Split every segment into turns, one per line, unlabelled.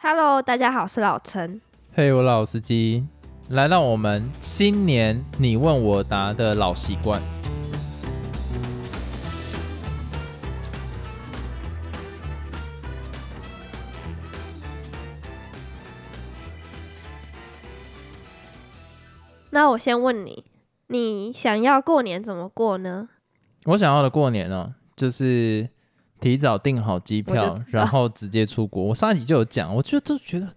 Hello，大家好，我是老陈。
嘿、我老司机，来到我们新年你问我答的老习惯。
那我先问你，你想要过年怎么过呢？
我想要的过年呢、就是提早订好机
我
票
就知，道
然后直接出国。我上一集就有讲，我就就觉得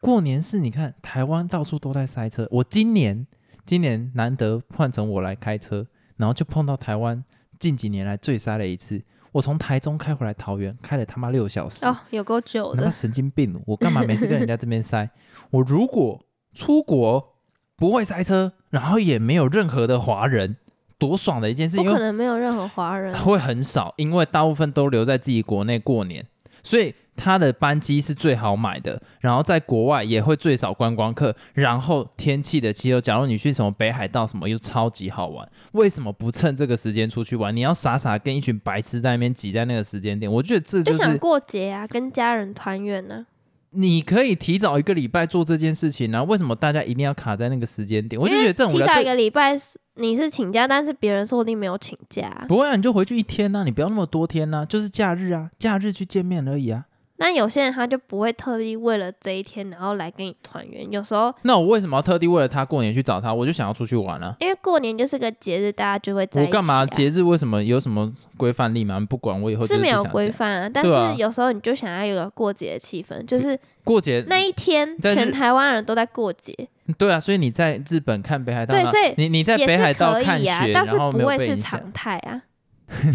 过年是，你看台湾到处都在塞车。我今年今年难得换成我来开车，然后就碰到台湾近几年来最塞的一次。我从台中开回来桃园，开了他妈六小时。
哦，有够久
他妈
的，
神经病哦！我干嘛每次跟人家这边塞？ 我如果出国不会塞车，然后也没有任何的华人，多爽的一件事！
不
因
可
为
能没有任何华 人。
会很少，因为大部分都留在自己国内过年，所以他的班机是最好买的，然后在国外也会最少观光客，然后天气的气候，假如你去什么北海道什么，又超级好玩。为什么不趁这个时间出去玩？你要傻傻跟一群白痴在那边挤在那个时间点，我觉得这
就是想过节啊，跟家人团圆呢、
你可以提早一个礼拜做这件事情啊，为什么大家一定要卡在那个时间点？我就觉得这种无
提
聊
早一
这
个礼拜是你是请假，但是别人说不定没有请假啊。
不会啊，你就回去一天呐、你不要那么多天呐、就是假日啊，假日去见面而已啊。
那有些人他就不会特意为了这一天，然后来跟你团圆。有时候
那我为什么要特地为了他过年去找他？我就想要出去玩啊。
因为过年就是个节日，大家就会在一
我
起、啊。
干嘛节日为什么有什么规范力吗？不管我以后就是
是
不
没有
想这
规
样
范啊，但
对啊
是有时候你就想要有个过节的气氛，就是
过节
那一天
在日
全台湾人都在过节，
对啊，所以你在日本看北海道
对
那，
所以
你你在
也
北海
是
道
可
看
以
雪，
啊，但是
然后
不
没有
会
被
是
影响。
常态啊。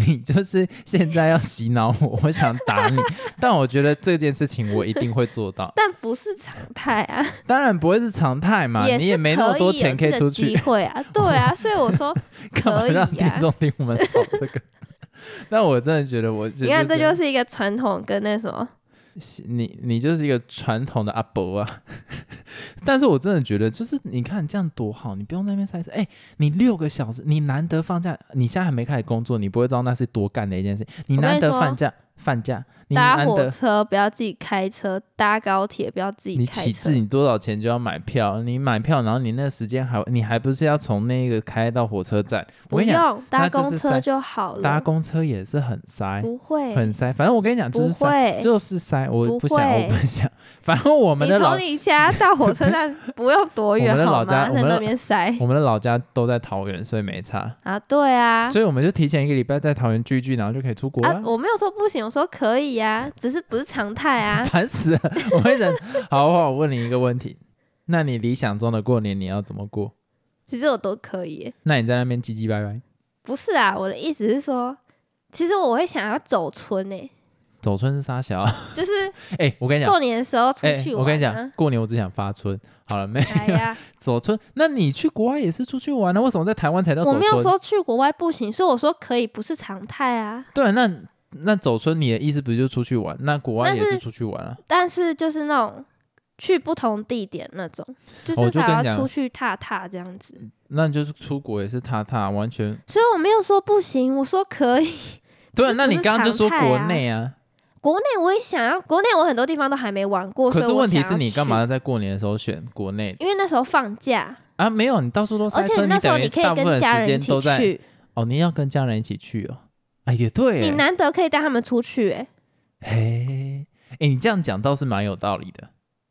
你 就是现在要洗脑我，我想打你， 但我觉得这件事情我一定会做到。
但不是常态啊，
当然不会是常态嘛，
也
啊你
是
也没那么多钱
可
可以
有这
出
个机
去，
会啊，对啊，所以我 说，
干嘛
可以
让听
啊
众听我们吵这 个？但我真的觉得我，
你看这就是是一个传统跟那什么，
你，你就是一个传统的阿伯啊。 但是我真的觉得，就是你看这样多好，你不用在那边塞车。哎、你六个小时，你难得放假，你现在还没开始工作，你不会知道那是多干的一件事。你
我跟你
难得
说
放假，放假，你
搭
难
火
得
车不要自己开车，搭高铁不要自己
你
开
起
车
至，你多少钱就要买票，你买票，然后你那个时间还你还不是要从那个开到火车站？我
不
跟你讲，
用搭
那就
公
是
车
塞
就好
搭
了，
公车也是很塞，
不会，
很塞。反正我跟你讲，就
不
是塞，
会。
就是塞。我
不
不想，
会
我不 想。反正我们
你
的老
从你家到火 车站不用多远
我们的
好
老
吗？
家我
在
们的
那边塞
我们的老家都在桃园，所以没差。
啊，对啊，
所以我们就提前一个礼拜在桃园聚一聚，然后就可以出国
啊
了，。
我没有说不行，我说可以呀、只是不是常态啊。
烦死了！我会想， 好，我问你一个问题：那你理想中的过年你要怎么过？
其实我都可以耶，
那你在那边唧唧歪歪，
不是啊，我的意思是说，其实我会想要走村诶、
走村是啥小啊？
就是
哎、我跟你讲，
过年的时候出
哎、
去玩、啊
我跟你讲，，过年我只想发春。好了，没
哎呀，
走春。那你去国外也是出去玩啊？为什么在台湾才叫走
我
春？
没有说去国外不行，所以我说可以，不是常态啊。
对，那那走春，你的意思不就是出去玩？那国外
但
也
是
是出去玩啊？
但是就是那种去不同地点那种，就
哦我
至
就
少
跟你
要
讲
出去踏踏这样子。
那你就是出国也是踏踏，完全
所以我没有说不行，我说可以。
对啊。
这
那
不
你
是
刚刚就
常
说
态
国
啊
内啊，
国内我也想要，国内我很多地方都还没玩过，
可
所
是
以我
问题
想
是
要
你干
去？
嘛在过年的时候选国内
因为那时候放假，
啊？没有，你到处都
而
塞
且
车，
那时候
等于
你可
大
以
部分
跟
的
家
时
人一
间
起
都在
去，
哦，你要跟家人一起去哦。啊，也对
你
欸，
难得可以带他们出去、欸，
嘿，哎，你这样讲倒是蛮有道理的。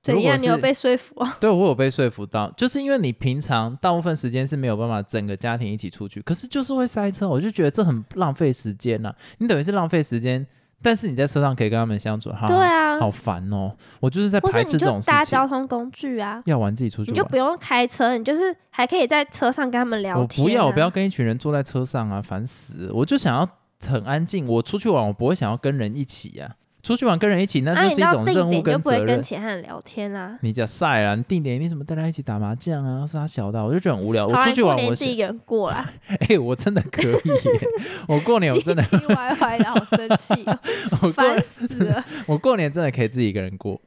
如
怎
果
样？你有
是啊
被说服哦？
对我有被说服到，就是因为你平常大部分时间是没有办法整个家庭一起出去，可是就是会塞车，我就觉得这很浪费时间呐、你等于是浪费时间，但是你在车上可以跟他们相处，哈，
对啊，
好烦哦。我就是在
不是
排
你
斥这种
就
事
搭
情
交。通工具啊，
要玩自己出去
你
玩，
就不用开车，你就是还可以在车上跟他们聊
我
天、啊
不要，我不要。跟一群人坐在车上啊，烦死了！我就想要很安静。我出去玩，我不会想要跟人一起啊。出去玩跟人一起，那
啊，你
就是一
到
种
定
任务
点就不会
责任。
跟其他人聊天啊啦、
你讲晒啦，你定点你怎么带他一起打麻将啊？是他小的啊，我就觉得很无聊。
好
我
啦，
出
你
去
过
玩，
年
我
自
是
己一个人过 啦，
哎、我真的可以耶，我过年我
唧
真的，
唧 歪歪的，好生气、哦，
我过
烦死了。
我过年真的可以自己一个人过。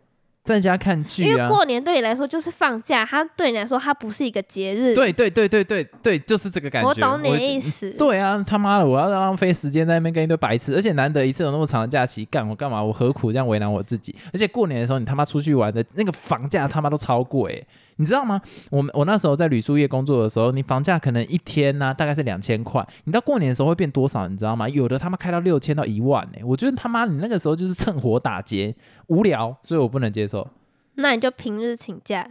在家看
因
剧
为
啊。
过年对你来说就是放假，它对你来说它不是一个节日。，
对对对对对对，就是这个感觉。
我懂你的意思。
思。对啊，他妈的，我要浪费时间在那边跟一堆白痴，而且难得一次有那么长的假期，干我干嘛？我何苦这样为难我自己？而且过年的时候，你他妈出去玩的那个房价他妈都超贵、你知道吗？我们我那时候在旅宿业工作的时候，你房价可能一天呢、大概是两千块，你到过年的时候会变多少？你知道吗？有的他妈开到六千到一万呢、我觉得他妈你那个时候就是趁火打劫，无聊，所以我不能接受。
那你就平日请假，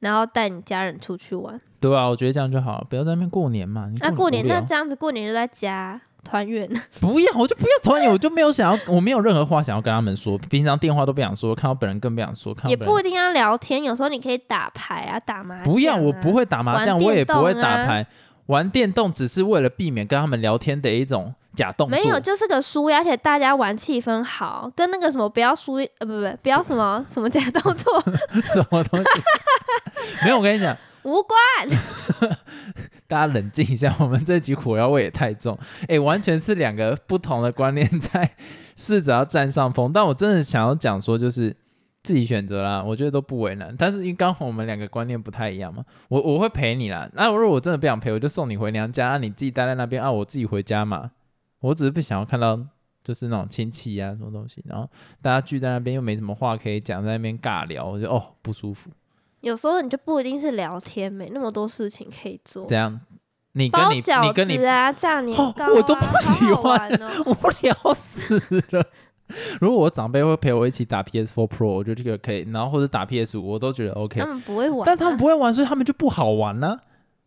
然后带你家人出去玩。
对啊，我觉得这样就好了，不要在那边过年嘛。你
那、过
过
年
无聊
那这样子，过年就在家团圆。
不要，我就不要团圆，我就没有想要，我没有任何话想要跟他们说，平常电话都不想说，看到本人更不想说，看到
也
本人
不一定要聊天，有时候你可以打牌啊，打麻将、啊。
不要，我不。会打麻将，
玩电动啊
我也不会打牌，玩电动只是为了避免跟他们聊天的一种假动作。
没有，就是个输压，而且大家玩气氛好，跟那个什么不要输，呃，不不，不要什么什么假动作
什么东西，没有。我跟你讲，
无关。
大家冷静一下，我们这集火药味也太重， 哎，完全是两个不同的观念在试着要占上风。但我真的想要讲说，就是自己选择啦，我觉得都不为难。但是因为刚好我们两个观念不太一样嘛，我我会陪你啦。那、如果我真的不想陪，我就送你回娘家，啊、你自己待在那边啊，我自己回家嘛。我只是不想要看到就是那种亲戚啊什么东西，然后大家聚在那边又没什么话可以讲，在那边尬聊，我就哦不舒服。
有时候你就不一定是聊天，没那么多事情可以做。
这样，你跟
包
你你
饺
跟你
子啊，炸年
哦
糕、啊
我都不喜
好好玩 哦。
无聊死了。如果我长辈会陪我一起打 PS4 Pro，我觉得这个可以，然后或者打 PS 五，我都觉得 OK
他。们不会玩啊、
但他们不会玩，所以他们就不好玩呢、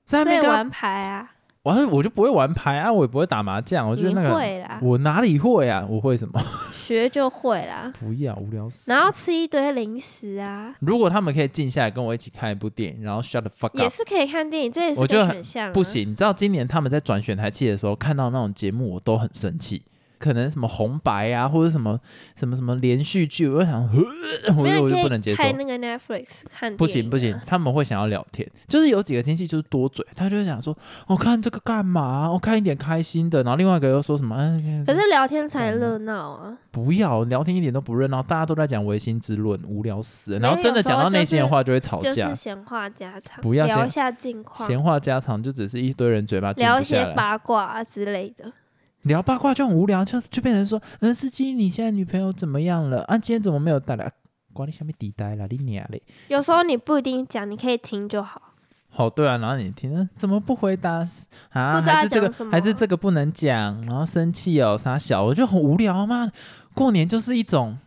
在那
所以
边跟他
玩牌啊，
玩，我就不会玩牌啊，我也不会打麻将，我觉得
你
那个
会啦，
我哪里会啊？我会什么？
学就会啦。
不要无聊死。
然后吃一堆零食啊，
如果他们可以静下来跟我一起看一部电影，然后 shut the fuck
也
up，
是可以看电影，这也是个
我觉得很
选项、啊。
不行。你知道今年他们在转选台器的时候，看到那种节目，我都很生气。可能什么红白啊，或者什么什么什么连续剧，我就想，呃 我
没有，
就
你可
我就
以
不能接受
开。那个 Netflix 看、啊
不行不行，，他们会想要聊天，就是有几个亲戚就是多嘴，他就会想说，我、看这个干嘛？我、看一点开心的，然后另外一个又说什么，嗯、
可是聊天才热闹啊。
不要聊天一点都不热闹，大家都在讲唯心之论，无聊死了。
没有
然后真的讲到内心的话就会嗯吵
就
架，
是闲话家常，
不要闲
聊一下近况，
闲话家常就只是一堆人嘴巴静
聊
不
一
下
些
来。
八卦啊之类的。
聊八卦就很无聊，就就变成说，嗯，司机，你现在女朋友怎么样了？啊，今天怎么没有带来？管你下面底带啦，你娘嘞！
有时候你不一定讲，你可以听就好。
好、对啊，然后你听，嗯怎么不回答啊？
不知道
还是这
要讲什
个，
么
还是这个不能讲，然后生气哦，傻小，我就很无聊嘛。过年就是一种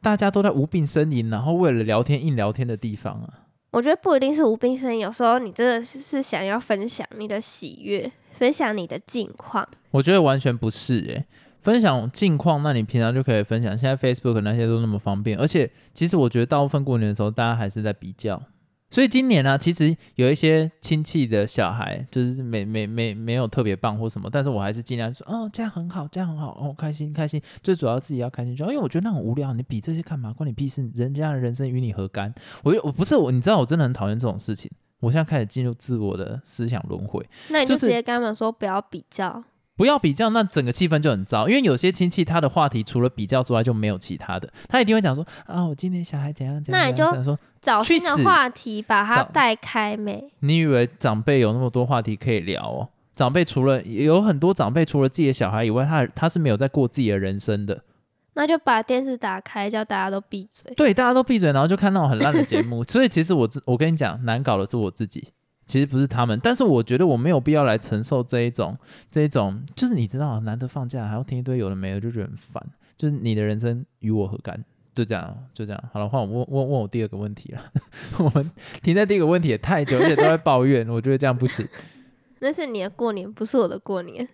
大家都在无病呻吟，然后为了聊天硬聊天的地方啊。
我觉得不一定是无病呻吟，有时候你真的是是想要分享你的喜悦，分享你的近况。
我觉得完全不是诶、分享近况，那你平常就可以分享。现在 Facebook 那些都那么方便，而且其实我觉得大部分过年的时候，大家还是在比较。所以今年呢、其实有一些亲戚的小孩，就是没没没没有特别棒或什么，但是我还是尽量说，哦，这样很好，这样很好，哦，开心开心。最主要自己要开心就好，因为我觉得那很无聊，啊你比这些干嘛？关你屁事！人家的人生与你何干？我我不是我，你知道我真的很讨厌这种事情。我现在开始进入自我的思想轮回，
那你就
就是
直接跟他们说不要比较，
不要比较，那整个气氛就很糟。因为有些亲戚他的话题除了比较之外就没有其他的，他一定会讲说啊，我今天小孩怎样怎样。
那你
怎样
就
怎样说，
找
去
新的
死
话题把它
找
带开没？
你以为长辈有那么多话题可以聊哦？长辈除了有很多长辈除了自己的小孩以外，他他是没有在过自己的人生的。
那就把电视打开，叫大家都闭嘴。
对，大家都闭嘴，然后就看那种很烂的节 目。所以其实我自我跟你讲，难搞的是我自己，其实不是他们。但是我觉得我没有必要来承受这一种这一种，就是你知道，难得放假还要听一堆有的没的，就觉得很烦。就是你的人生与我何干？就这样，就这样。好了，换我问问问我第二个问题了。 我们停在第一个问题也太久，而且都在抱怨，我觉得这样不行。
那是你的过年，不是我的过年。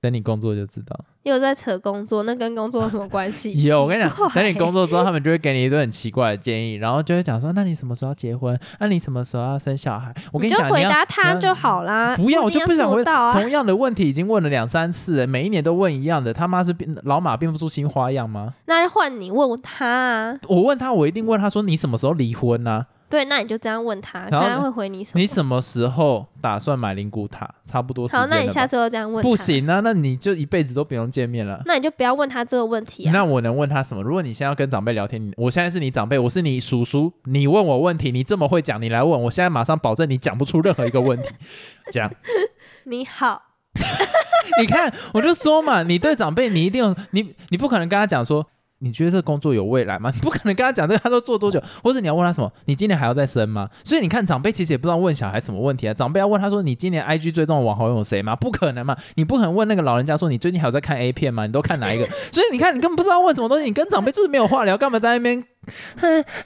等你工作就知道。
又在扯工作，那跟工作有什么关系？
有，我跟你
奇怪
讲，等你工作之后，他们就会给你一堆很奇怪的建议，然后就会讲说，那你什么时候要结婚？那你什么时候要生小孩？我跟
你
讲，
就回
你要
答他
要
就好啦。
不要，我就
啊一
不
定
想
做
回。
到啊。
同样的问题已经问了两三次了，每一年都问一样的，他妈是变老马变不出新花样吗？
那就换你问他啊，
我问他，我一定问他说，你什么时候离婚 呢、
对，那你就这样问他，
然后
看
呢
他会回你什么。
你什么时候打算买灵骨塔？差不多时间
好，
了吧
那你下次就这样问他。
不，行啊，那你就一辈子都不用见面了。
那你就不要问他这个问题啊。
那我能问他什么？如果你现在要跟长辈聊天，你我现在是你长辈，我是你叔叔，你问我问题，你这么会讲，你来问，我现在马上保证你讲不出任何一个问题。这样，
你好，
你看，我就说嘛，你对长辈，你一定有你，你不可能跟他讲说，你觉得这工作有未来吗？ 你不可能跟他讲这个，他都做多久？或者你要问他什么？你今年还要再生吗？所以你看，长辈其实也不知道问小孩什么问题啊。长辈要问他说，你今年 IG 追踪的网红有谁吗？不可能嘛！你不可能问那个老人家说，你最近还有在看 A 片吗？你都看哪一个？所以你看，你根本不知道问什么东西，你跟长辈就是没有话聊，干嘛在那边？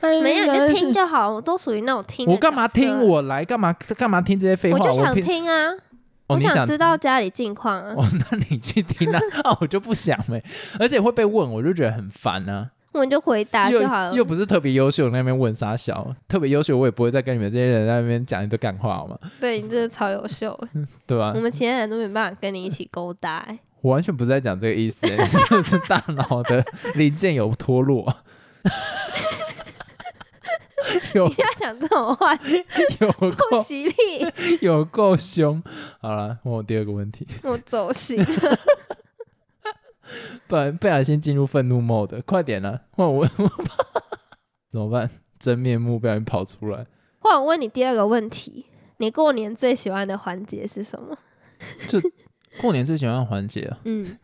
没
没
有你就听。就好，我都属于那种听。
我干嘛听？？我来干嘛？干嘛听这些废话？
啊我就想
偏
听啊，
哦
我
你想
知道家里近况啊。
哦，那你去听啊，啊，我就不想呗、而且会被问，我就觉得很烦啊。
我就回答
又
就好了。
又不是特别优秀，那边问傻小，特别优秀，我也不会再跟你们这些人在那边讲一堆干话好吗？
对你真的超优秀，
啊对吧、
我们其他人都没办法跟你一起勾搭、欸。
我完全不是在讲这个意思、欸， 是不是大脑的零件有脱落？有哦
你现在讲这种话，
有够
不吉
哦
利，
有够凶！好了，问我第二个问题，
我走心 了。
不然不小心进入愤怒 mode，快点了、换我问 我吧，怎么办？真面目不小心跑出来，
换我问你第二个问题，你过年最喜欢的环节是什么？
过年最喜欢的环节、啊，
嗯，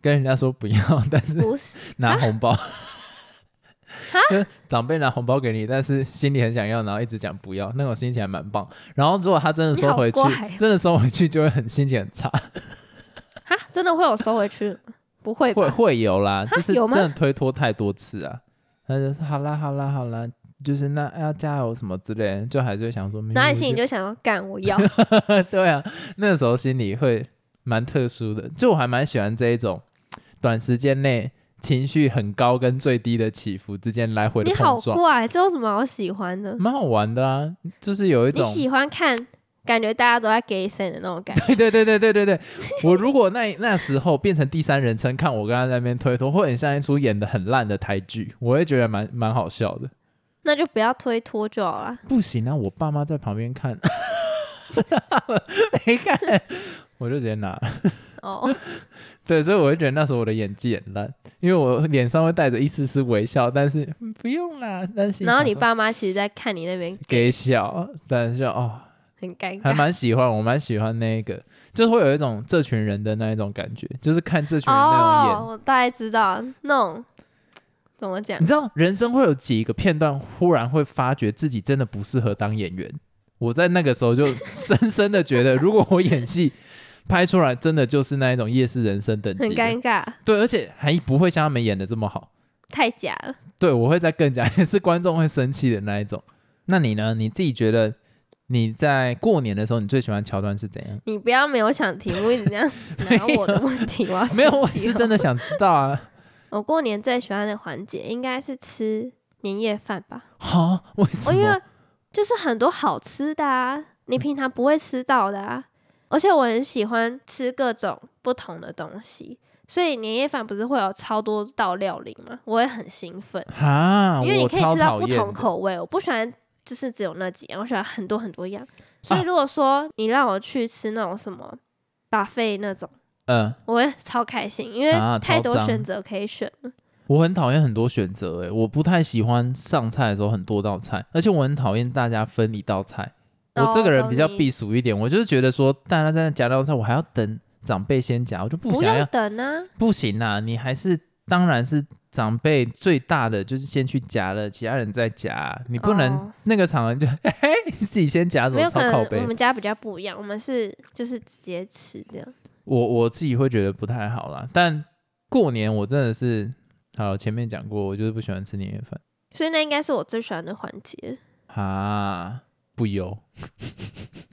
跟人家说不要， 但是
不是，
拿红
啊
包， 就是长辈拿红包给你，但是心里很想要，然后一直讲不要，那种心情还蛮棒。然后如果他真的收回去
你好怪哦，
真的收回去就会很心情很差，
哈，真的会有收回去？不会吧？啊
会会有啦，就是
有
真
吗
的推脱太多次啊。他就说好啦好啦好啦，就是那要加油什么之类的，就还是会想说，明明
然后
我
你心里就想要干，我要。
就 对啊，那时候心里会蛮特殊的，就我还蛮喜欢这一种短时间内。情绪很高跟最低的起伏之间来回的
你好
碰撞，
怪，这有什么好喜欢的？
蛮好玩的啊，就是有一
你
种，
喜欢看，感觉大家都在给 a 的那种 感觉。
对对对对对对对，我如果那那时候变成第三人称看我跟他在那边推脱，会很像一出演的很烂的台剧，我会觉得蛮蛮好笑的。
那就不要推脱就好了。
不行啊，我爸妈在旁 边看， 没看，我就直接拿了。
哦，
对，所以我会觉得那时候我的演技很烂，因为我脸上会带着一丝丝微笑，但是、嗯不用啦，但是
然后你爸妈其实在看你那边
给笑，但是就哦，
很尴
还
尬。
蛮喜欢，我蛮喜欢那一个，就是会有一种这群人的那一种感觉，就是看这群人那种演。
哦，我大概知道那种怎么讲
你，知道人生会有几个片段，忽然会发觉自己真的不适合当演员。我在那个时候 就深深的觉得，如果我演戏拍出来，真的就是那一种夜市人生等
很
级的，
尴尬，
对，而且还不会像他们演的这么好。
太假了。
对我会再更加 也是观众会生气的那一种。那你呢？你自己觉得你在过年的时候，你最喜欢桥段是怎样？
你不要没有想题目，一直这样拿我的问 题，我要
没有，
生
我
气
是
了
真的想知道啊。
我过年最喜欢的环节应该是吃年夜饭吧，
好，为
我
什
哦因
么
为？就是很多好吃的啊，你平常不会吃到的啊，而且我很喜欢吃各种不同的东西，所以年夜饭不是会有超多道料理吗？我也很兴奋，
哈，
因为你
啊我
可以
超
吃到
讨
不
厌
同
的
口味，我不喜欢就是只有那几样，我喜欢很多很多样。所以
啊
如果说你让我去吃那种什么 buffet 那种，
嗯。
我会超开心，因为
啊
太
超
多
脏
选择可以选了。
我很讨厌很多选择，哎，我不太喜欢上菜的时候很多道菜，而且我很讨厌大家分一道菜。
哦
我这个人比较避
暑，
暑一点，我就是觉得说大家在那夹道菜，我还要等长辈先夹，我就不
不
想
用
要。
等啊，
不行啦，你还是当然是长辈最大的，就是先去夹了，其他人再夹，啊你不能
哦
那个场合就 嘿嘿，你自己先夹，怎
没
么
有
超
可能
靠，背
我？们家比较不一样，我们是就是直接吃这样。
我我自己会觉得不太好啦。但过年我真的是，好前面讲过，我就是不喜欢吃年夜饭
所以那应该是我最喜欢的环节。
啊，不油。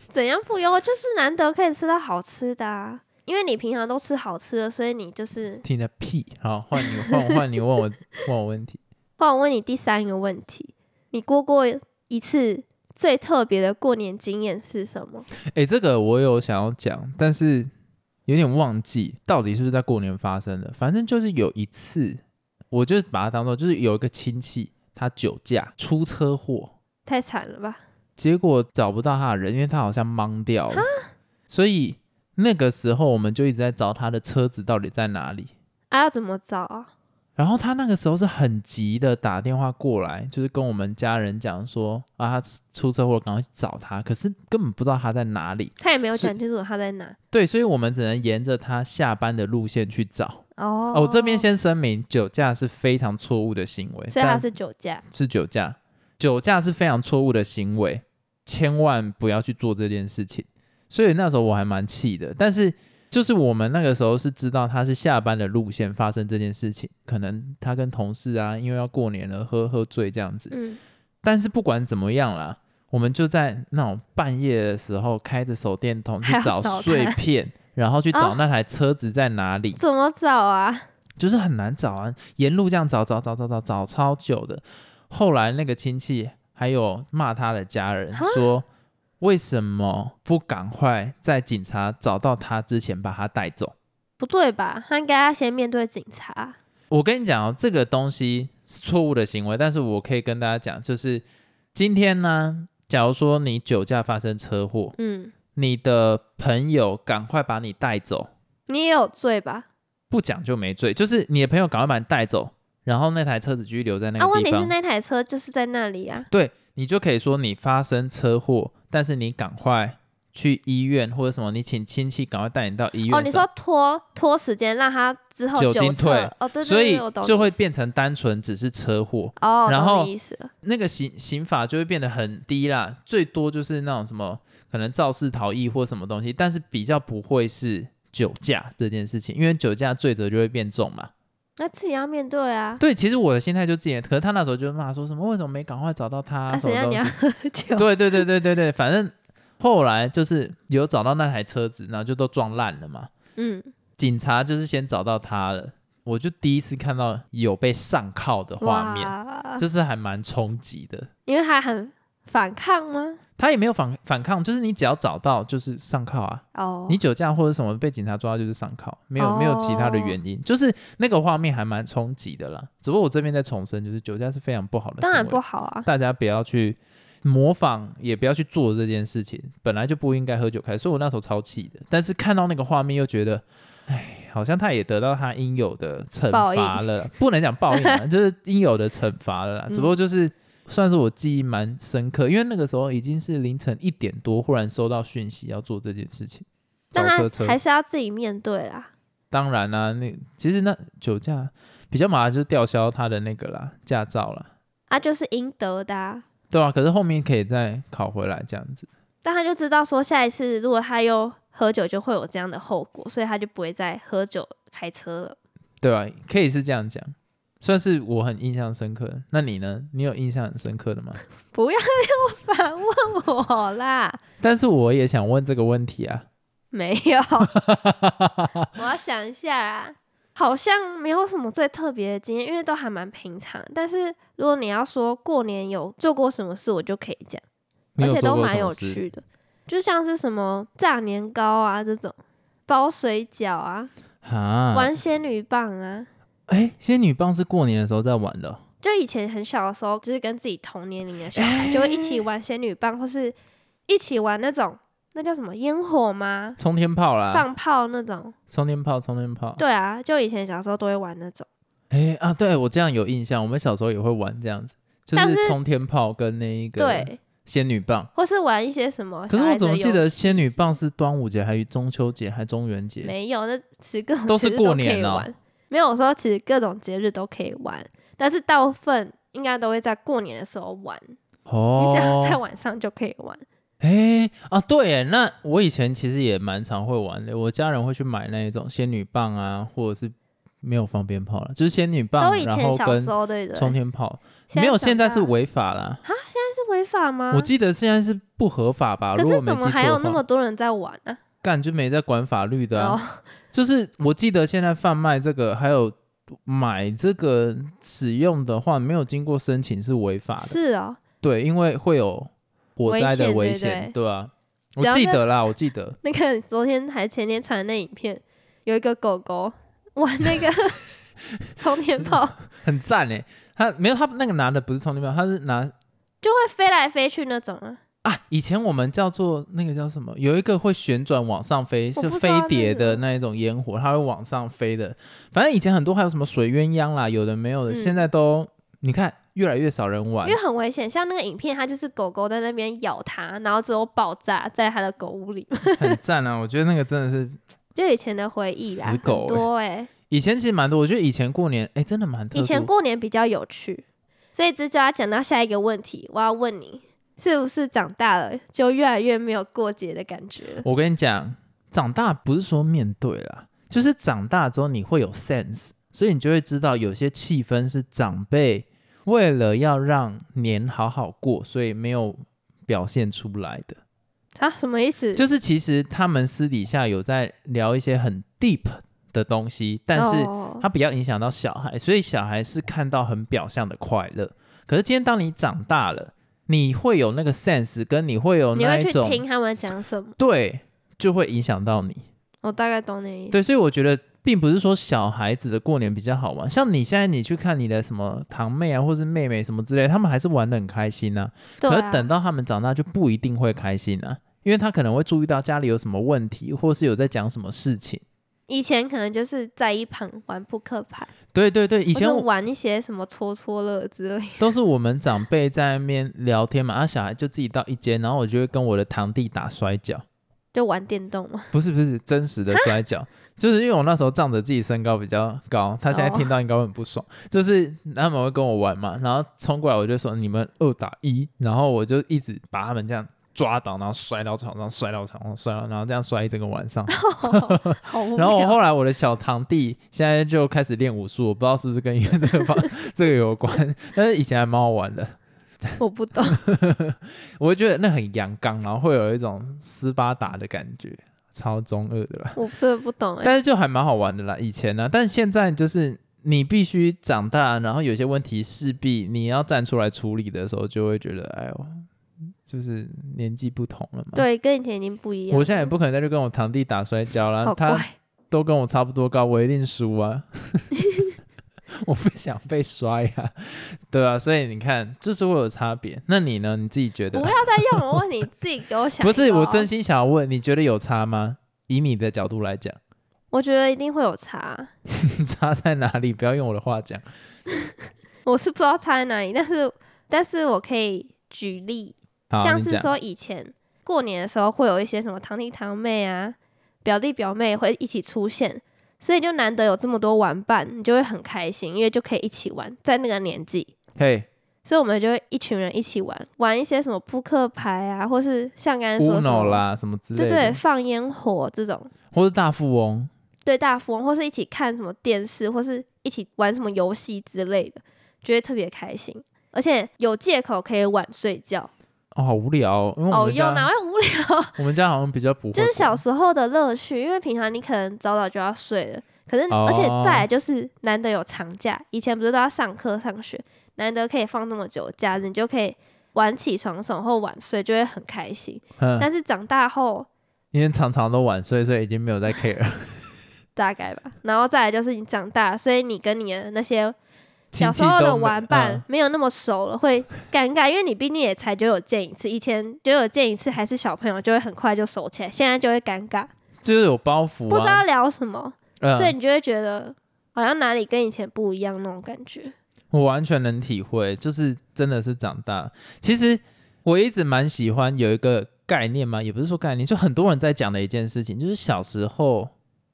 怎样不优？就是难得可以吃到好吃的啊！因为你平常都吃好吃的，所以你就是……
听的屁！好，换你，换我，换你问我问我问题。
换我问你第三个问题：你过过一次最特别的过年经验是什么？
诶，这个我有想要讲，但是有点忘记到底是不是在过年发生的。反正就是有一次，我就把它当做就是有一个亲戚他酒驾出车祸，
太惨了吧！
结果找不到他的人，因为他好像懵掉了，所以那个时候我们就一直在找他的车子到底在哪里。
啊，
哦
要怎么找啊？
然后他那个时候是很急的打电话过来，就是跟我们家人讲说啊，他出车祸，赶快去找他。可是根本不知道他在哪里。
他也没有
是
讲清楚他在哪。
对，所以我们只能沿着他下班的路线去找。
哦，
哦，我这边，先声明，酒驾是非常错误的行为，
所以他
但
是酒驾。
是酒驾，酒驾是非常错误的行为，千万不要去做这件事情。所以那时候我还蛮气的，但是就是我们那个时候是知道他是下班的路线发生这件事情，可能他跟同事啊，因为要过年了，喝喝醉这样子。
嗯，
但是不管怎么样啦，我们就在那种半夜的时候开着手电筒去
还要
找
找他
碎 片，然后去找
哦
那台车子在哪里。
怎么找啊？
就是很难找啊，沿路这样找找找找找找超久的。后来那个亲戚还有骂他的家人
哈
说，为什么不赶快在警察找到他之前把他带走？
不对吧？他应该要先面对警察。
我跟你讲哦，这个东西是错误的行为，但是我可以跟大家讲，就是今天呢，假如说你酒驾发生车祸，
嗯，
你的朋友赶快把你带走，
你也有罪吧？
不讲就没罪，就是你的朋友赶快把你带走，然后那台车子继续留在那个
啊，
地
问
方。
题是那台车就是在那里啊。
对你就可以说你发生车祸，但是你赶快去医院或者什么，你请亲戚赶快带你到医院。
哦，你说拖拖时间，让他之后
酒
酒
精
测
退
哦，对对对，
所以
我懂
就
你
会
意思
变成单纯只是车祸，
哦，
然
懂
后
你意思了
那个刑刑法就会变得很低啦，最多就是那种什么可能肇事逃逸或什么东西，但是比较不会是酒驾这件事情，因为酒驾罪责就会变重嘛。
那自己要面对啊。
对，其实我的心态就之前，可是他那时候就骂说什么为什么没赶快找到他、
啊，
什
谁让
么东
你
西
要。喝酒？
对对对对对对，反正后来就是有找到那台车子，然后就都撞烂了嘛。
嗯，
警察就是先找到他了，我就第一次看到有被上铐的画面，
哇，
就是还蛮冲击的。
因为他很反抗吗？
他也没有反反抗，就是你只要找到就是上铐啊，
哦，
你酒驾或者什么被警察抓到就是上铐，没有、没有其他的
哦
原因，就是那个画面还蛮冲击的啦。只不过我这边在重申，就是酒驾是非常不好的，
当然不，好啊。
大家不要去模仿，也不要去做这件事情，本来就不应该喝酒开。所以我那时候超气的，但是看到那个画面又觉得，哎，好像他也得到他应有的惩罚了，不能讲报 应啊，就是应有的惩罚了啦。只
嗯
不过就是。算是我记忆蛮深刻，因为那个时候已经是凌晨一点多，忽然收到讯息要做这件事情，找
但
车
他
车。
还是要自己面对啦。
当然啦、那其实那酒驾比较麻烦，就是吊销他的那个啦驾照啦，
啊，就是应得的、啊。
对啊，可是后面可以再考回来这样子。
但他就知道说，下一次如果他又喝酒，就会有这样的后果，所以他就不会再喝酒开车了。
对吧、可以是这样讲，算是我很印象深刻的。那你呢？你有印象很深刻的吗？
不要又反问我啦，
但是我也想问这个问题啊。
没有，我要想一下啊，好像没有什么最特别的经验，因为都还蛮平常。但是如果你要说过年有做过什么事，我就可以讲，
你
而
有
且
做
都
过
蛮
什
有
么事？
趣的，就像是什么炸年糕啊这种，包水饺啊，
啊，
玩仙女棒啊。
哎，仙女棒是过年的时候在玩的哦、
就以前很小的时候，就是跟自己同年龄的小孩，就会一起玩仙女棒，或是一起玩那种那叫什么烟火吗？
冲天炮啦，
放炮那种。
冲天炮，冲天炮。
对啊，就以前小时候都会玩那种。
哎啊，对我这样有印象，我们小时候也会玩这样子，就
但
是
是
冲天炮跟那一个
对，
仙女棒。
或是玩一些什么
嗯
小
可是
孩
我
子
怎
的游
么
戏？
记得仙女棒是端午节，还有中秋节，还中元节？
没有，那其实各种
都
节
是
日
过
可以
年哦
玩。没有，我说其实各种节日都可以玩，但是大部分应该都会在过年的时候玩，你只要在
哦，
晚上就可以玩。
哎啊，对耶，那我以前其实也蛮常会玩的，我家人会去买那一种仙女棒啊，或者是没有放鞭炮了，就是仙女棒
都以，
然
前
后
小时
跟
候对不对？
冲天炮，
现
没有，
长
现在是
大了
违法啦。
是违法吗？
我记得现在是不合法吧？
可
啊如果
是
没
怎
记
么
错
还有
的
那
话
么，多人在玩呢、
干就没在管法律的啊。
哦，
就是我记得现在贩卖这个，还有买这个使用的话，没有经过申请是违法 的。
是哦，
对，因为会有火
危
灾的
险
危
对不
险，
对
对啊，我
只要
记
是
得啦，我记得。
那个昨天还前天传的那影片，有一个狗狗玩那 个冲天炮，
很欸赞诶，他没有他那个拿的不是充电宝，他是拿
就会飞来飞去那种啊。
啊，以前我们叫做那个叫什么，有一个会旋转往上飞，
我
是
不知
飞
道
碟
那个
的那一种烟火，它会往上飞的。反正以前很多还有什么水鸳鸯啦，有的没有的，
嗯
现在都你看越来越少人玩
因为。很危险。像那个影片，它就是狗狗在那边咬它，然后最后爆炸在它的狗屋里，
很赞啊！我觉得那个真的是，
就以前的回忆啦，
死
很
狗
多哎、
以前其实蛮多。我觉得以前过年，哎、真的蛮特
以
殊。
前过年比较有趣，所以这就要讲到下一个问题，我要问你，是不是长大了就越来越没有过节的感觉了？
我跟你讲，长大不是说面对啦，就是长大之后你会有 sense，所以你就会知道有些气氛是长辈为了要让年好好过，所以没有表现出来的。
啊，什么意思？
就是其实他们私底下有在聊一些很 deep 的东西，但是
哦
它比较影响到小孩，所以小孩是看到很表象的快乐。可是今天当你长大了，你会有那个 sense，跟你会有
你
哦那
会
一
去
种
听他们讲什么？
对，就会影响到你。
我大概懂你意思。
对，所以我觉得并不是说小孩子的过年比较好玩，像你现在你去看你的什么堂妹啊，或是妹妹什么之类，他们还是玩的很开心啊。
对
可
啊
是等到他们长大就不一定会开心啊，因为他可能会注意到家里有什么问题，或是有在讲什么事情。
以前可能就是在一旁玩扑克牌，
对对对，以
以
前我
玩一些什么戳戳乐之 类。
都是我们长辈在那边聊天嘛，然、后啊小孩就自己到一间，然后我就会跟我的堂弟打摔跤，
就玩电动嘛，
不是不是真实的摔跤，就是因为我那时候仗着自己身高比较高，他现
哦
在听到应该会很不爽，就是他们会跟我玩嘛，然后冲过来我就说你们二打一，然后我就一直把他们这样抓倒，然后摔到床上，摔到床上，摔到，然后这样摔一整个晚上。
好无
然后我
聊。
后来我的小堂弟现在就开始练武术，我不知道是不是跟因 为这个方这个有关，但是以前还蛮好玩的。
我不懂，
我会觉得那很阳刚，然后会有一种斯巴达的感觉，超中二的啦。
我真的不懂哎、
但是就还蛮好玩的啦，以前呢、但现在就是你必须长大，然后有些问题势必你要站出来处理的时候，就会觉得，哎呦，就是年纪不同了嘛。，
对，跟以前已经不一样了。
我现在也不可能再去跟我堂弟打摔跤啦
好，
他
怪，
都跟我差不多高， 我一定 输啊！我不想被摔啊，对啊，所以你看，这是会有差别。那你呢？你自己觉
不
得？
要再用我问你自己给我想。哦
不是，我真，心想要问，你觉得有差吗？以你的角度来讲，
我觉得一定会有差，
差在哪里？不要用我的话讲。
我是不知道差在哪里，但是但是我可以举例，
好，
像
你
是
讲
说以前过年的时候会有一些什么堂弟堂妹啊、表弟表妹会一起出现，所以就难得有这么多玩伴，你就会很开心，因为就可以一起玩，在那个年纪，
嘿，
所以我们就会一群人一起玩，玩一些什么扑克牌啊，或是像刚才说
乌
的什
脑
么，
啦什么之类
对
的，
对，放烟火这种。
或是大富翁，
对大富翁，或是一起看什么电视，或是一起玩什么游戏之类的，觉得特别开心，而且有借口可以晚睡觉。
哦，好无聊、哦，因为我
哦
们
哟，
家、
哪会无聊？
我们家好像比较不会，
就是小时候的乐趣，因为平常你可能早早就要睡了，可是、而且
哦
再来就是难得有长假，以前不是都要上课上学，难得可以放这么久假，你就可以晚起床什么或晚睡，就会很开心。
嗯，
但是长大后
因为常常都晚睡，所以已经没有在 care 了。
大概吧，然后再来就是你长大，所以你跟你的那些
亲
小
戚
时候的
都没
玩伴
嗯
没有那么熟了，会尴尬，因为你毕竟也才九九见一次，以前九九见一次还是小朋友，就会很快就熟起来，现在就会尴尬，
就是有包袱、啊，
不知道聊什么，
嗯
所以你就会觉得好像哪里跟以前不一样那种感觉。
我完全能体会，就是真的是长大。其实我一直蛮喜欢有一个概念嘛，也不是说概念，就很多人在讲的一件事情，就是小时候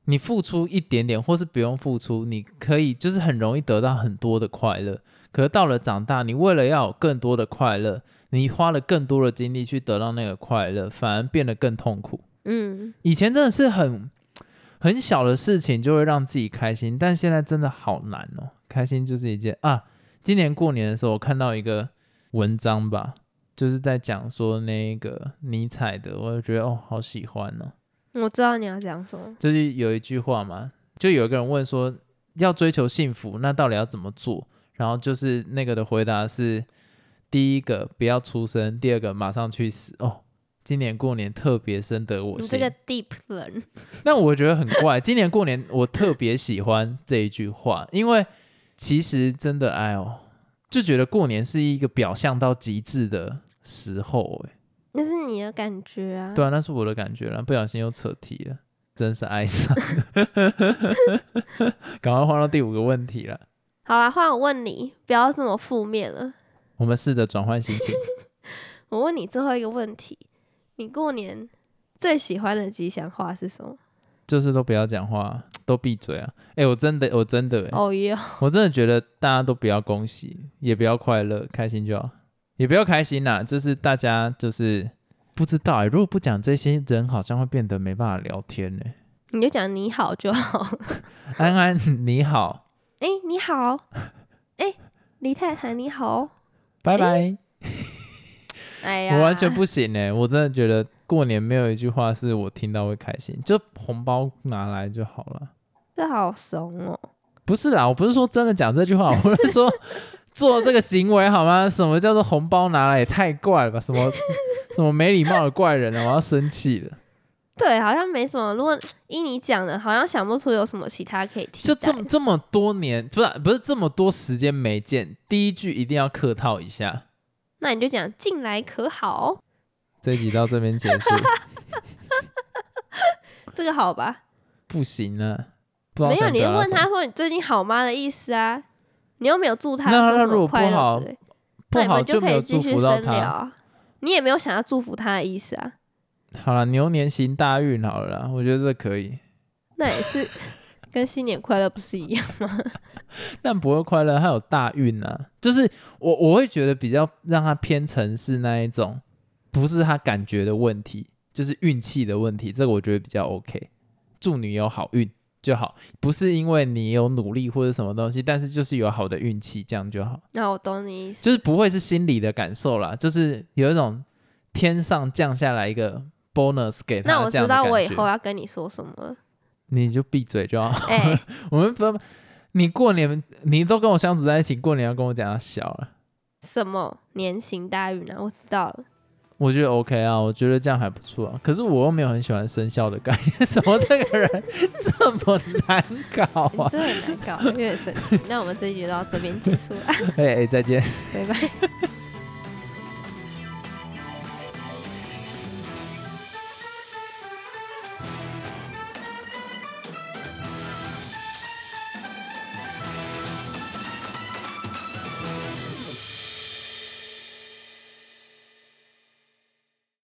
你付出一点点，或是不用付出，你可以就是很容易得到很多的快乐。可是到了长大，你为了要有更多的快乐，你花了更多的精力去得到那个快乐，反而变得更痛苦。
嗯，
以前真的是很很小的事情就会让自己开心，但现在真的好难哦。开心就是一件啊，今年过年的时候我看到一个文章吧，就是在讲说那个尼采的，我就觉得哦，好喜欢哦。
我知道你要讲什么，
就是有一句话嘛，就有一个人问说要追求幸福，那到底要怎么做？然后就是那个的回答是：第一个不要出生，第二个马上去死。哦，今年过年特别深得我
你
心。
这个 deep 人，
那我觉得很怪，今年过年我特别喜欢这一句话，因为其实真的，哎呦，就觉得过年是一个表象到极致的时候、哎，
那是你的感觉啊。
对啊，那是我的感觉啦，不小心又扯题了，真是哀伤。 赶快换到第五个问题了，
好啦，换我问你，不要这么负面了。
我们试着转换心情。
我问你最后一个问题，你过年最喜欢的吉祥话是什么？
就是都不要讲话，都闭嘴啊！哎、我真的，我真的、欸，
哦哟，
我真的觉得大家都不要恭喜，也不要快乐，开心就好，也不要开心啦。就是大家就是不知道、欸，如果不讲这些，人好像会变得没办法聊天呢、
你就讲你好就好。
安安你好，
哎、你好， 哎、李太太你好。
拜拜。
哎呀，
我完全不行哎、我真的觉得过年没有一句话是我听到会开心，就红包拿来就好了。
这好怂哦。
不是啦，我不是说真的讲这句话，我是说做这个行为好吗？什么叫做红包拿来也太怪了吧？什么什么没礼貌的怪人了，我要生气了。
对，好像没什么。如果依你讲的，好像想不出有什么其他可以替代。
就这么这么多年，不是不是这么多时间没见，第一句一定要客套一下。
那你就讲进来可好？
这一集到这边结 束，
这个好吧？
不行啊，不知道
没有，
想
你就
表达
问
什
他
么
说你最近好吗的意思啊。你又没有祝他
那他
说什
如果
么
不
快乐
好
之类，
不
那你
好
们就
没
可以
有
继
祝
续
福到
深聊
他。
啊。你也没有想要祝福他的意思啊，
好了，牛年行大运好了啦，我觉得这可以。
那也是跟新年快乐不是一样？
但不会快乐，它有大运啊。就是我我会觉得比较让它偏城市那一种，不是他感觉的问题，就是运气的问题。这个我觉得比较 OK。祝你有好运就好，不是因为你有努力或者什么东西，但是就是有好的运气，这样就好。
那我懂你意思。
就是不会是心理的感受啦，就是有一种天上降下来一个 bonus 给他
那我
这样
知
的
道我
感
以
觉
后要跟你说什么 了。
你就闭嘴就好。
哎、
我们不，你过年你都跟我相处在一起，过年要跟我讲要小了，
什么年行大运啊？我知道了。
我觉得 OK 啊，我觉得这样还不错啊。可是我又没有很喜欢生肖的概念， 怎么这个人这么难搞
你
啊？
真的 很难搞，有点神奇。那我们这一集就到这边结束了，啊
哎哎，再见。
拜拜。